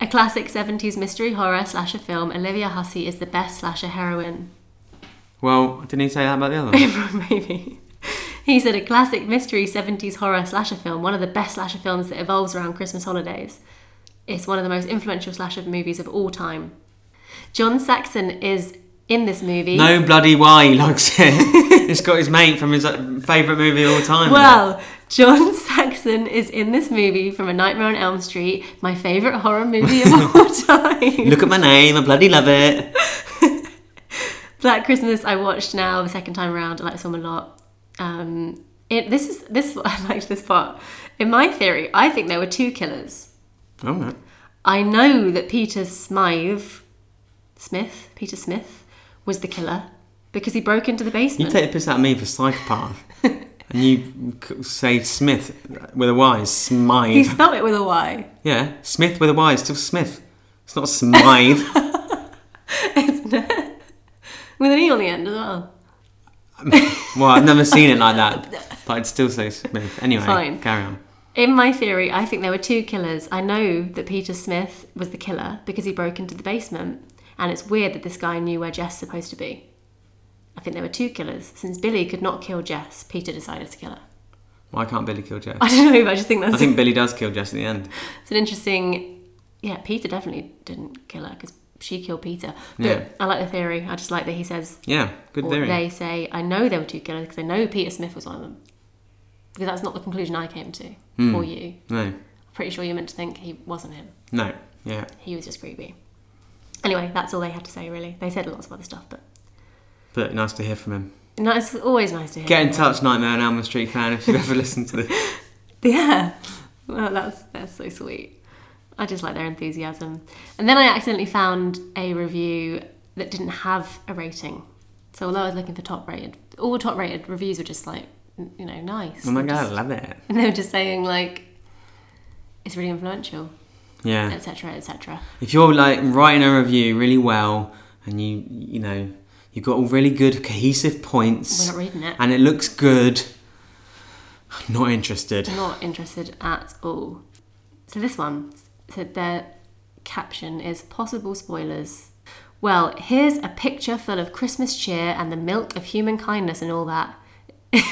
S2: a classic 70s mystery horror slasher film, Olivia Hussey is the best slasher heroine.
S1: Well, didn't he say that about the other one?
S2: Maybe. He said, a classic mystery 70s horror slasher film, one of the best slasher films that evolves around Christmas holidays. It's one of the most influential slasher movies of all time. John Saxon is in this movie.
S1: no bloody why he likes it. He's got his mate from his like, favourite movie of all time.
S2: Well, John Saxon is in this movie from A Nightmare on Elm Street, my favourite horror movie of all time.
S1: Look at my name, I bloody love it.
S2: Black Christmas I watched now the second time around. I like this film a lot. Um, it, this is this I liked this part. In my theory, I think there were two killers.
S1: All right.
S2: I know that Peter Smythe, Smith, Peter Smith, was the killer because he broke into the
S1: You
S2: basement.
S1: take the piss out of me for psychopath, and you c- say Smith with a Y, is
S2: he
S1: Smythe.
S2: spelled it with a Y.
S1: Yeah, Smith with a Y is still Smith. It's not Smythe.
S2: With an E on the end as well.
S1: well, I've never seen it like that, but I'd still say Smith. Anyway,
S2: Fine.
S1: carry on.
S2: In my theory, I think there were two killers. I know that Peter Smith was the killer because he broke into the basement, and it's weird that this guy knew where Jess is supposed to be. I think there were two killers. Since Billy could not kill Jess, Peter decided to kill her.
S1: Why can't Billy kill Jess?
S2: I don't know, but I just think that's
S1: I think Billy does kill Jess at the end.
S2: it's an interesting. Yeah, Peter definitely didn't kill her because she killed Peter. But
S1: Yeah.
S2: I like the theory. I just like that he says,
S1: Yeah, good
S2: or
S1: theory.
S2: they say, I know there were two killers because I know Peter Smith was one of them. Because that's not the conclusion I came to,
S1: Mm.
S2: or you.
S1: Hmm, No,
S2: Pretty sure you're meant to think he wasn't him.
S1: no, yeah.
S2: He was just creepy. Anyway, that's all they had to say, really. They said lots of other stuff, but
S1: But nice to hear from him.
S2: no, it's always nice to hear.
S1: Get in touch, Nightmare on Elm Street fan, if you've ever listened to this.
S2: Yeah. Well, that's that's so sweet. I just like their enthusiasm. And then I accidentally found a review that didn't have a rating. So although I was looking for top rated, all top rated reviews were just like, n- you know, nice.
S1: Oh my
S2: And
S1: god, I
S2: just-
S1: love it.
S2: And they were just saying like, it's really influential,
S1: Yeah.
S2: etc., etc.
S1: If you're like writing a review really well and you, you know, you've got all really good cohesive
S2: We're
S1: points
S2: not reading it.
S1: and it looks good, I'm not interested.
S2: Not interested at all. So this one, so their caption is possible spoilers. Well, here's a picture full of Christmas cheer and the milk of human kindness and all that.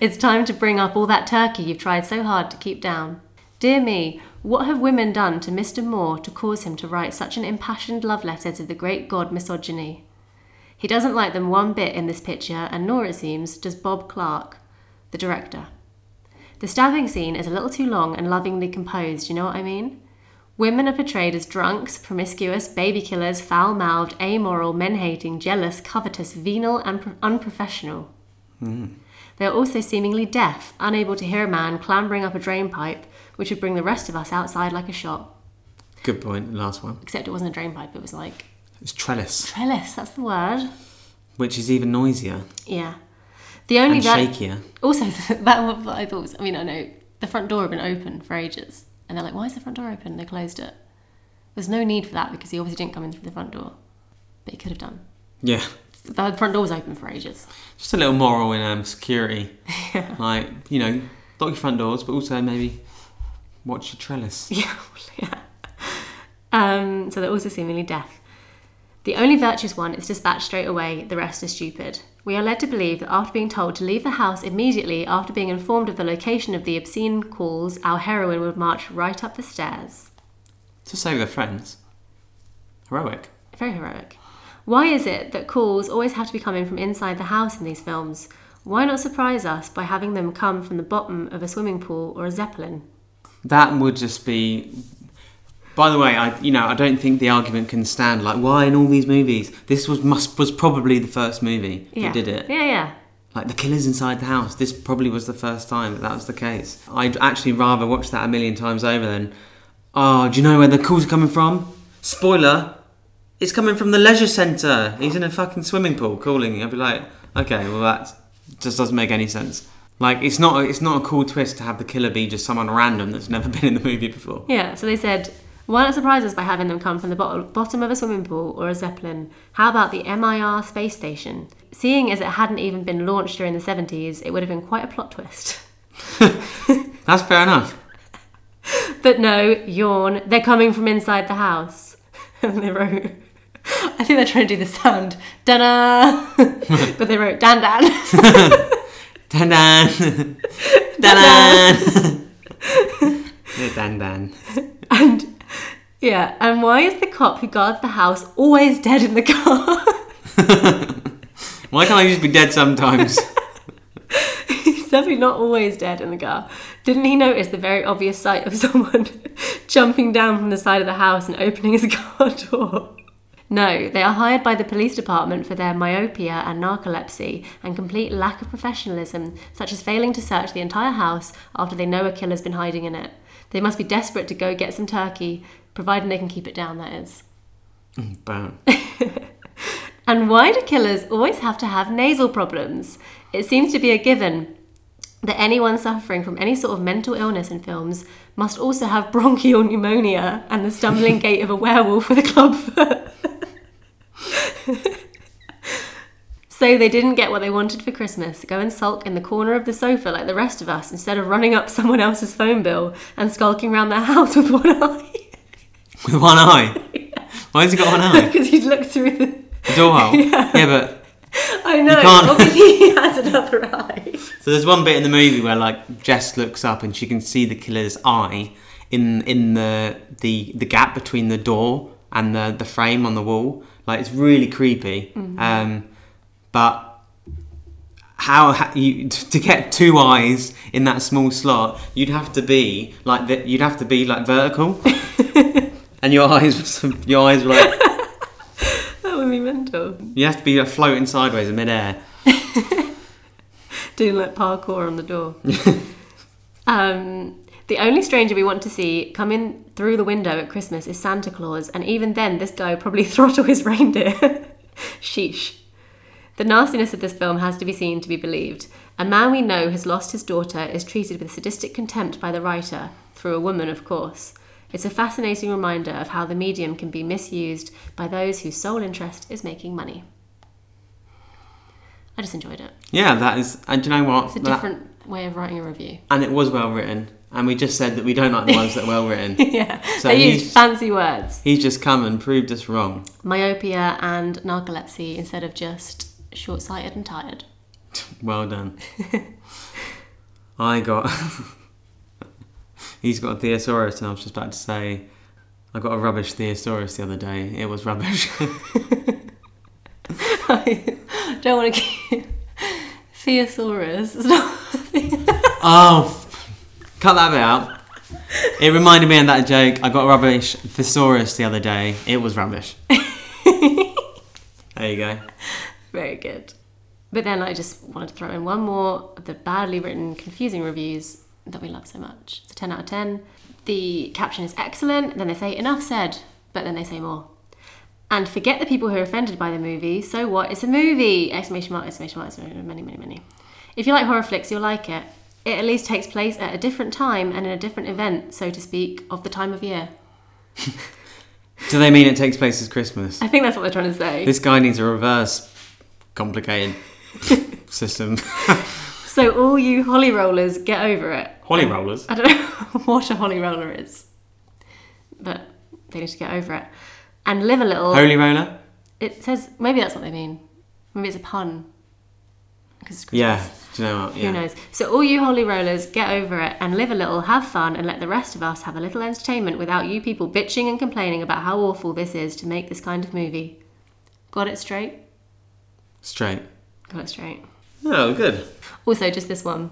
S2: it's time to bring up all that turkey you've tried so hard to keep down. Dear me, what have women done to Mr. Moore to cause him to write such an impassioned love letter to the great god misogyny? He doesn't like them one bit in this picture, and nor, it seems, does Bob Clark, the director. The stabbing scene is a little too long and lovingly composed, you know what I mean? Women are portrayed as drunks, promiscuous, baby killers, foul mouthed, amoral, men hating, jealous, covetous, venal, and pro- unprofessional. They are also seemingly deaf, unable to hear a man clambering up a drain pipe, which would bring the rest of us outside like a shot.
S1: Good point, the last one.
S2: Except it wasn't a drain pipe, it was like
S1: It's trellis,
S2: trellis, that's the word.
S1: which is even noisier
S2: Yeah. The only
S1: and
S2: ver-
S1: shakier.
S2: Also, that one that I thought was, I mean, I know the front door had been open for ages. And they're like, why is the front door open? They closed it. There's no need for that because he obviously didn't come in through the front door. But he could have done.
S1: Yeah.
S2: The front door was open for ages.
S1: Just a little moral in um, security. Like, you know, lock your front doors, but also maybe watch your trellis.
S2: Yeah, yeah. Um, so they're also seemingly deaf. The only virtuous one is dispatched straight away, the rest are stupid. We are led to believe that after being told to leave the house immediately after being informed of the location of the obscene calls, our heroine would march right up the stairs.
S1: To save their friends. Heroic.
S2: Very heroic. Why is it that calls always have to be coming from inside the house in these films? Why not surprise us by having them come from the bottom of a swimming pool or a zeppelin?
S1: That would just be. By the way, I you know I don't think the argument can stand. Like, why in all these movies? This was must was probably the first movie that did it.
S2: Yeah, yeah.
S1: Like the killers inside the house. This probably was the first time that that was the case. I'd actually rather watch that a million times over than Oh, do you know where the calls are coming from? Spoiler, it's coming from the leisure centre. He's in a fucking swimming pool calling you. I'd be like, okay, well that just doesn't make any sense. Like it's not it's not a cool twist to have the killer be just someone random that's never been in the movie before.
S2: Yeah, so they said, why not surprise us by having them come from the bot- bottom of a swimming pool or a zeppelin? How about the MIR space station? Seeing as it hadn't even been launched during the 70s, it would have been quite a plot twist.
S1: That's fair enough.
S2: But no, yawn, they're coming from inside the house. and they wrote, I think they're trying to do the sound, da but they wrote, Dan Dan.
S1: Dan Dan Dan Dan Dan Dan.
S2: And yeah, and why is the cop who guards the house always dead in the car?
S1: Why can't I just be dead sometimes?
S2: He's definitely not always dead in the car. Didn't he notice the very obvious sight of someone jumping down from the side of the house and opening his car door? No, they are hired by the police department for their myopia and narcolepsy and complete lack of professionalism, such as failing to search the entire house after they know a killer's been hiding in it. They must be desperate to go get some turkey, providing they can keep it down, that is.
S1: Boom.
S2: And why do killers always have to have nasal problems? It seems to be a given that anyone suffering from any sort of mental illness in films must also have bronchial pneumonia and the stumbling gait of a werewolf with a club foot. so they didn't get what they wanted for Christmas go and sulk in the corner of the sofa like the rest of us instead of running up someone else's phone bill and skulking around their house with one eye.
S1: With one eye. Why has he got one eye?
S2: Because you'd look through the.
S1: The doorhole. Yeah. but
S2: I know,
S1: can't.
S2: obviously he has another eye.
S1: So there's one bit in the movie where like Jess looks up and she can see the killer's eye in in the the the gap between the door and the the frame on the wall. Like it's really creepy. Um, but how ha- you to get two eyes in that small slot? You'd have to be like the, you'd have to be like vertical, and your eyes were so- your eyes were like
S2: That would be mental.
S1: you have to be like, floating sideways in midair.
S2: Doing like parkour on the door. um, the only stranger we want to see come in through the window at Christmas is Santa Claus, and even then, this guy would probably throttle his reindeer. Sheesh. The nastiness of this film has to be seen to be believed. A man we know has lost his daughter is treated with sadistic contempt by the writer, through a woman, of course. It's a fascinating reminder of how the medium can be misused by those whose sole interest is making money. I just enjoyed it.
S1: Yeah, that is. And do you know what?
S2: It's a
S1: That-
S2: different way of writing a review.
S1: and it was well written. And we just said that we don't like the ones that are well written.
S2: yeah,
S1: So
S2: they
S1: he's-
S2: used fancy words.
S1: He's just come and proved us wrong.
S2: Myopia and narcolepsy instead of just short sighted and tired.
S1: Well done. I got. He's got a thesaurus, and I was just about to say, I got a rubbish thesaurus the other day. It was rubbish.
S2: I don't want to keep. Theosaurus. It's not-
S1: oh, cut that bit out. It reminded me of that joke. I got a rubbish thesaurus the other day. It was rubbish. there you go.
S2: Very good. But then I just wanted to throw in one more of the badly written, confusing reviews that we love so much. It's a 10 out of 10. The caption is excellent, then they say enough said, but then they say more. And forget the people who are offended by the movie. So what? It's a movie! Exclamation mark, exclamation mark, exclamation mark, many, many, many. If you like horror flicks, you'll like it. It at least takes place at a different time and in a different event, so to speak, of the time of year.
S1: Do they mean it takes place as Christmas?
S2: I think that's what they're trying to say.
S1: This guy needs a reverse complicated system.
S2: so all you holly rollers, get over it.
S1: Holly rollers.
S2: I don't know what a holy roller is, but they need to get over it and live a little.
S1: Holy roller?
S2: It says maybe that's what they mean. Maybe it's a pun. 'Cause it's Christmas.
S1: Yeah. Do you know what? Yeah.
S2: Who knows? So all you holy rollers, get over it and live a little, have fun, and let the rest of us have a little entertainment without you people bitching and complaining about how awful this is to make this kind of movie. Got it straight.
S1: Straight.
S2: Got it straight.
S1: Oh, good.
S2: Also, just this one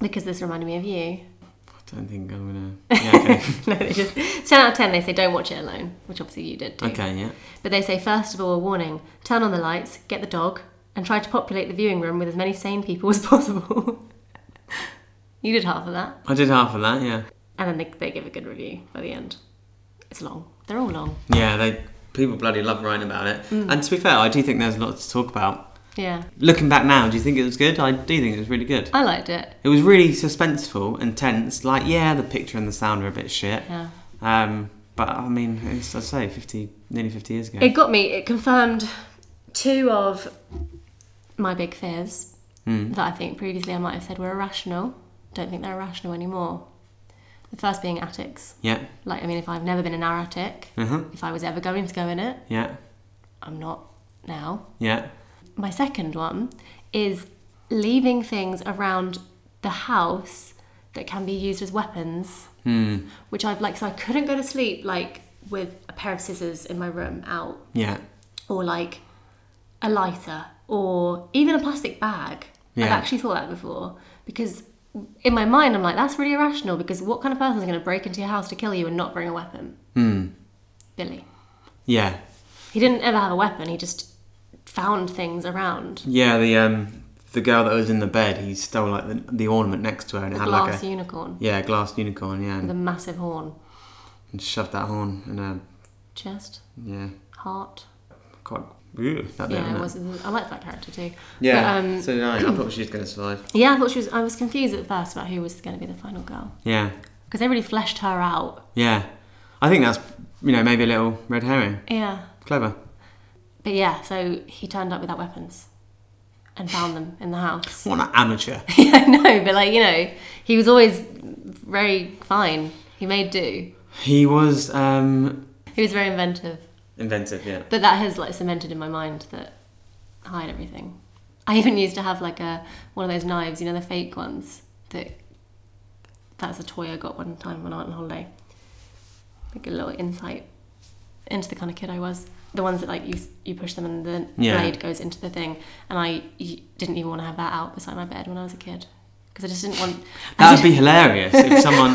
S2: because this reminded me of you.
S1: I don't think I'm gonna. Yeah, okay.
S2: no, they just ten out of ten. They say don't watch it alone, which obviously you did. Too.
S1: okay, yeah.
S2: But they say, first of all, a warning turn on the lights, get the dog, and try to populate the viewing room with as many sane people as possible. you did half of that.
S1: I did half of that, yeah.
S2: and then they, they give a good review by the end. It's long. They're all long.
S1: Yeah, they people bloody love writing about it.
S2: Mm.
S1: And to be fair, I do think there's a lot to talk about.
S2: Yeah.
S1: Looking back now, do you think it was good? I do think it was really good.
S2: I liked it.
S1: It was really suspenseful and tense. Like, yeah, the picture and the sound are a bit shit.
S2: Yeah.
S1: Um, but I mean, it's, I'd say 50, nearly 50 years ago.
S2: It got me. It confirmed two of my big fears that I think previously I might have said were irrational. Don't think they're irrational anymore. The first being attics.
S1: yeah,
S2: Like, I mean, if I've never been in our attic,
S1: Mhm.
S2: if I was ever going to go in it,
S1: yeah,
S2: I'm not now.
S1: yeah.
S2: My second one is leaving things around the house that can be used as weapons, which I've like. So I couldn't go to sleep like with a pair of scissors in my room out
S1: Yeah,
S2: or like a lighter or even a plastic bag.
S1: Yeah.
S2: I've actually thought that before because in my mind I'm like, that's really irrational because what kind of person is going to break into your house to kill you and not bring a weapon? Billy.
S1: yeah,
S2: He didn't ever have a weapon, he just found things around.
S1: yeah. The um, the girl that was in the bed, he stole like the, the ornament next to her and it
S2: The
S1: had
S2: glass
S1: like a
S2: unicorn
S1: yeah glass unicorn, yeah,
S2: with a
S1: and,
S2: massive horn.
S1: and shoved that horn in her
S2: Chest,
S1: yeah
S2: heart.
S1: quite. Ew, that bit,
S2: Yeah,
S1: wasn't
S2: it
S1: it?
S2: was, I liked that character too.
S1: Yeah,
S2: But, um,
S1: so did I. I thought she was going to survive.
S2: yeah, I thought she was. I was confused at first about who was going to be the final girl
S1: Yeah,
S2: because they really fleshed her out.
S1: yeah. I think that's you know maybe a little red herring.
S2: Yeah,
S1: Clever.
S2: But yeah, so he turned up without weapons and found them in the house.
S1: What an amateur.
S2: yeah, I know, but like, you know, he was always very fine. He made do.
S1: he was um,
S2: He was very inventive.
S1: inventive. Yeah.
S2: But that has like cemented in my mind that hide everything. I even used to have like a one of those knives, you know, the fake ones that that's a toy I got one time when I went on holiday. Like a little insight into the kind of kid I was. The ones that like you you push them and the
S1: Yeah.
S2: blade goes into the thing, and I y- didn't even want to have that out beside my bed when I was a kid because I just didn't want. I
S1: That would
S2: didn't-
S1: be hilarious if someone.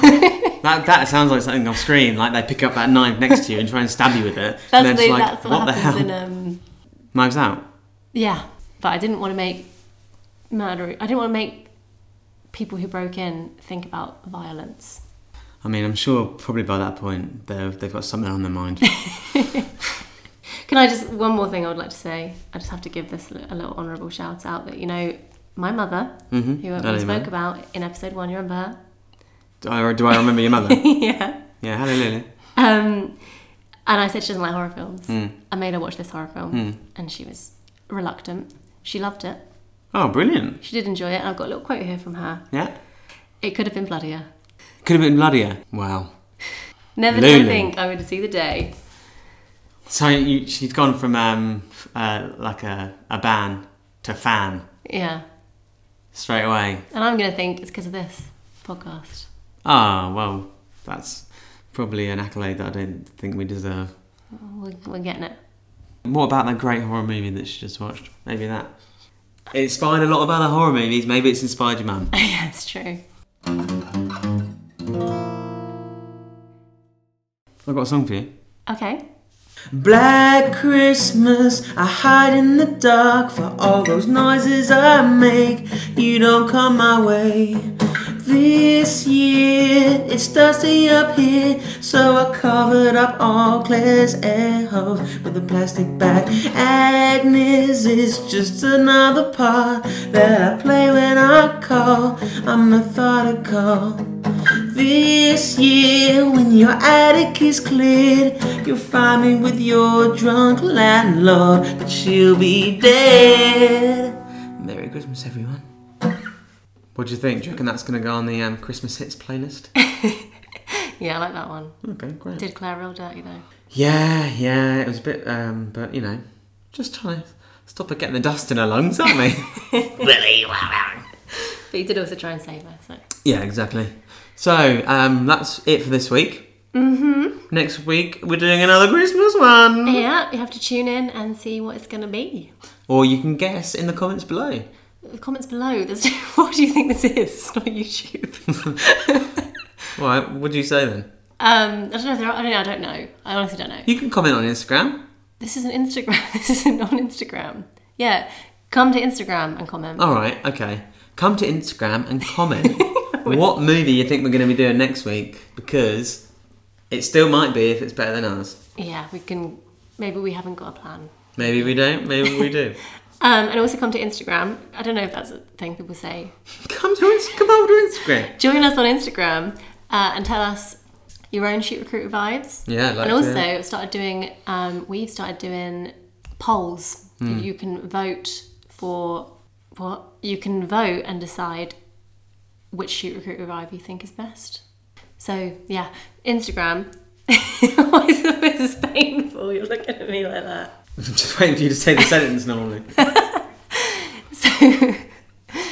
S1: That, that sounds like something off screen. Like they pick up that knife next to you and try and stab you with it. and
S2: that's,
S1: then it's
S2: the,
S1: like,
S2: that's what,
S1: what the
S2: happens
S1: hell?
S2: in um,
S1: Knives out.
S2: Yeah, but I didn't want to make murder. I didn't want to make people who broke in think about violence.
S1: I mean, I'm sure probably by that point they've they've got something on their mind. Mm-hmm.
S2: Can I just one more thing I would like to say? I just have to give this a little honourable shout out that you know my mother, who
S1: Mm. Hello,
S2: we spoke
S1: Mum.
S2: about in episode one. You remember her?
S1: do, I, do I remember your mother?
S2: yeah.
S1: Yeah, hello Lily.
S2: Um, and I said she doesn't like horror films.
S1: Mm.
S2: I made her watch this horror film, and she was reluctant. She loved it.
S1: Oh, brilliant.
S2: She did enjoy it. And I've got a little quote here from her.
S1: Yeah.
S2: It could have been bloodier.
S1: Could have been bloodier. Wow.
S2: Never did I
S1: Lulu.
S2: think I would see the day.
S1: So you, she's gone from um, f- uh, like a, a ban to fan
S2: Yeah.
S1: straight away.
S2: And I'm going to think it's because of this podcast.
S1: Ah, well, that's probably an accolade that I don't think we deserve.
S2: We're, we're getting it.
S1: What about that great horror movie that she just watched? Maybe that. It inspired a lot of other horror movies. Maybe it's inspired your mum.
S2: yeah, it's true.
S1: I've got a song for you.
S2: Okay.
S1: Black Christmas, I hide in the dark for all those noises I make. You don't come my way. This year, it's dusty up here, so I covered up all Claire's air holes with a plastic bag. Agnes is just another part that I play when I call. I'm methodical. This year, when your attic is cleared, you'll find me with your drunk landlord, but she'll be dead. Merry Christmas, everyone. What do you think? Do you reckon that's going to go on the um, Christmas hits playlist?
S2: Yeah, I like that one.
S1: okay, great.
S2: Did Claire real dirty though?
S1: Yeah, yeah, it was a bit, um, but you know, just trying to stop her getting the dust in her lungs, aren't we?
S3: Willy Wow.
S2: But you did also try and save her, so.
S1: yeah, exactly. So um, that's it for this week. Mm-hmm. Next week, we're doing another Christmas one.
S2: Yeah, you have to tune in and see what it's going to be.
S1: Or you can guess in the comments below.
S2: The comments below, there's, what do you think this is? It's not YouTube.
S1: All right, what do you say then?
S2: um, I don't know. if There are, I don't know. I don't know. I honestly don't know.
S1: You can comment on Instagram.
S2: This isn't Instagram. This isn't on Instagram. Yeah, come to Instagram and comment.
S1: All right, okay. Come to Instagram and comment.
S2: was-
S1: What movie you think we're going to be doing next week? Because it still might be if it's better than ours.
S2: Yeah, we can. Maybe we haven't got a plan.
S1: Maybe we don't. Maybe we do.
S2: Um, and also come to Instagram. I don't know if that's a thing people say.
S1: come to Inst- come over to Instagram.
S2: Join us on Instagram uh, and tell us your own shoot recruiter vibes.
S1: Yeah, I'd like
S2: and
S1: to
S2: also
S1: hear
S2: started doing. Um, we've started doing polls.
S1: Hmm.
S2: You can vote for what you can vote and decide which shoot recruiter vibe you think is best. So yeah, Instagram. Why is it this painful? You're looking at me like that.
S1: I'm just waiting for you to say the sentence normally.
S2: So,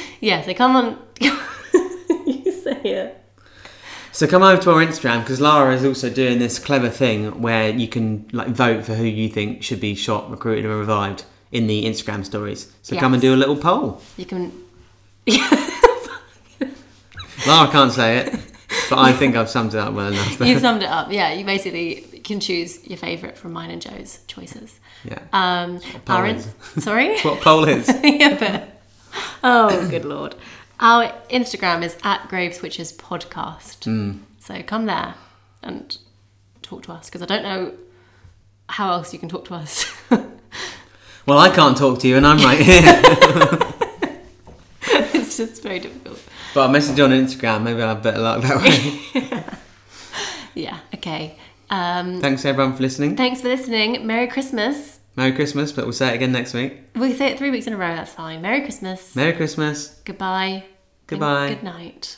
S2: yeah, so come on. you say it.
S1: So come over to our Instagram because Lara is also doing this clever thing where you can like vote for who you think should be shot, recruited, and revived in the Instagram stories. So come and
S2: Yes.
S1: do a little poll.
S2: You can.
S1: Lara can't say it, but I think I've summed it up well enough.
S2: You've summed it up. Yeah, you basically can choose your favourite from mine and Joe's choices.
S1: yeah,
S2: Um, our in- sorry?
S1: That's what a poll is.
S2: yeah, but. Oh, good lord. Our Instagram is at Grave Switches Podcast. So come there and talk to us because I don't know how else you can talk to us.
S1: Well, I can't talk to you, and I'm right here.
S2: it's just very difficult.
S1: But I message you on Instagram. Maybe I'll have better luck that way.
S2: Yeah, okay. Um,
S1: Thanks everyone for listening.
S2: thanks for listening. Merry Christmas.
S1: Merry Christmas, but we'll say it again next week.
S2: We say it three weeks in a row, that's fine. Merry Christmas.
S1: Merry Christmas.
S2: Goodbye. and
S1: Goodbye.
S2: Good night.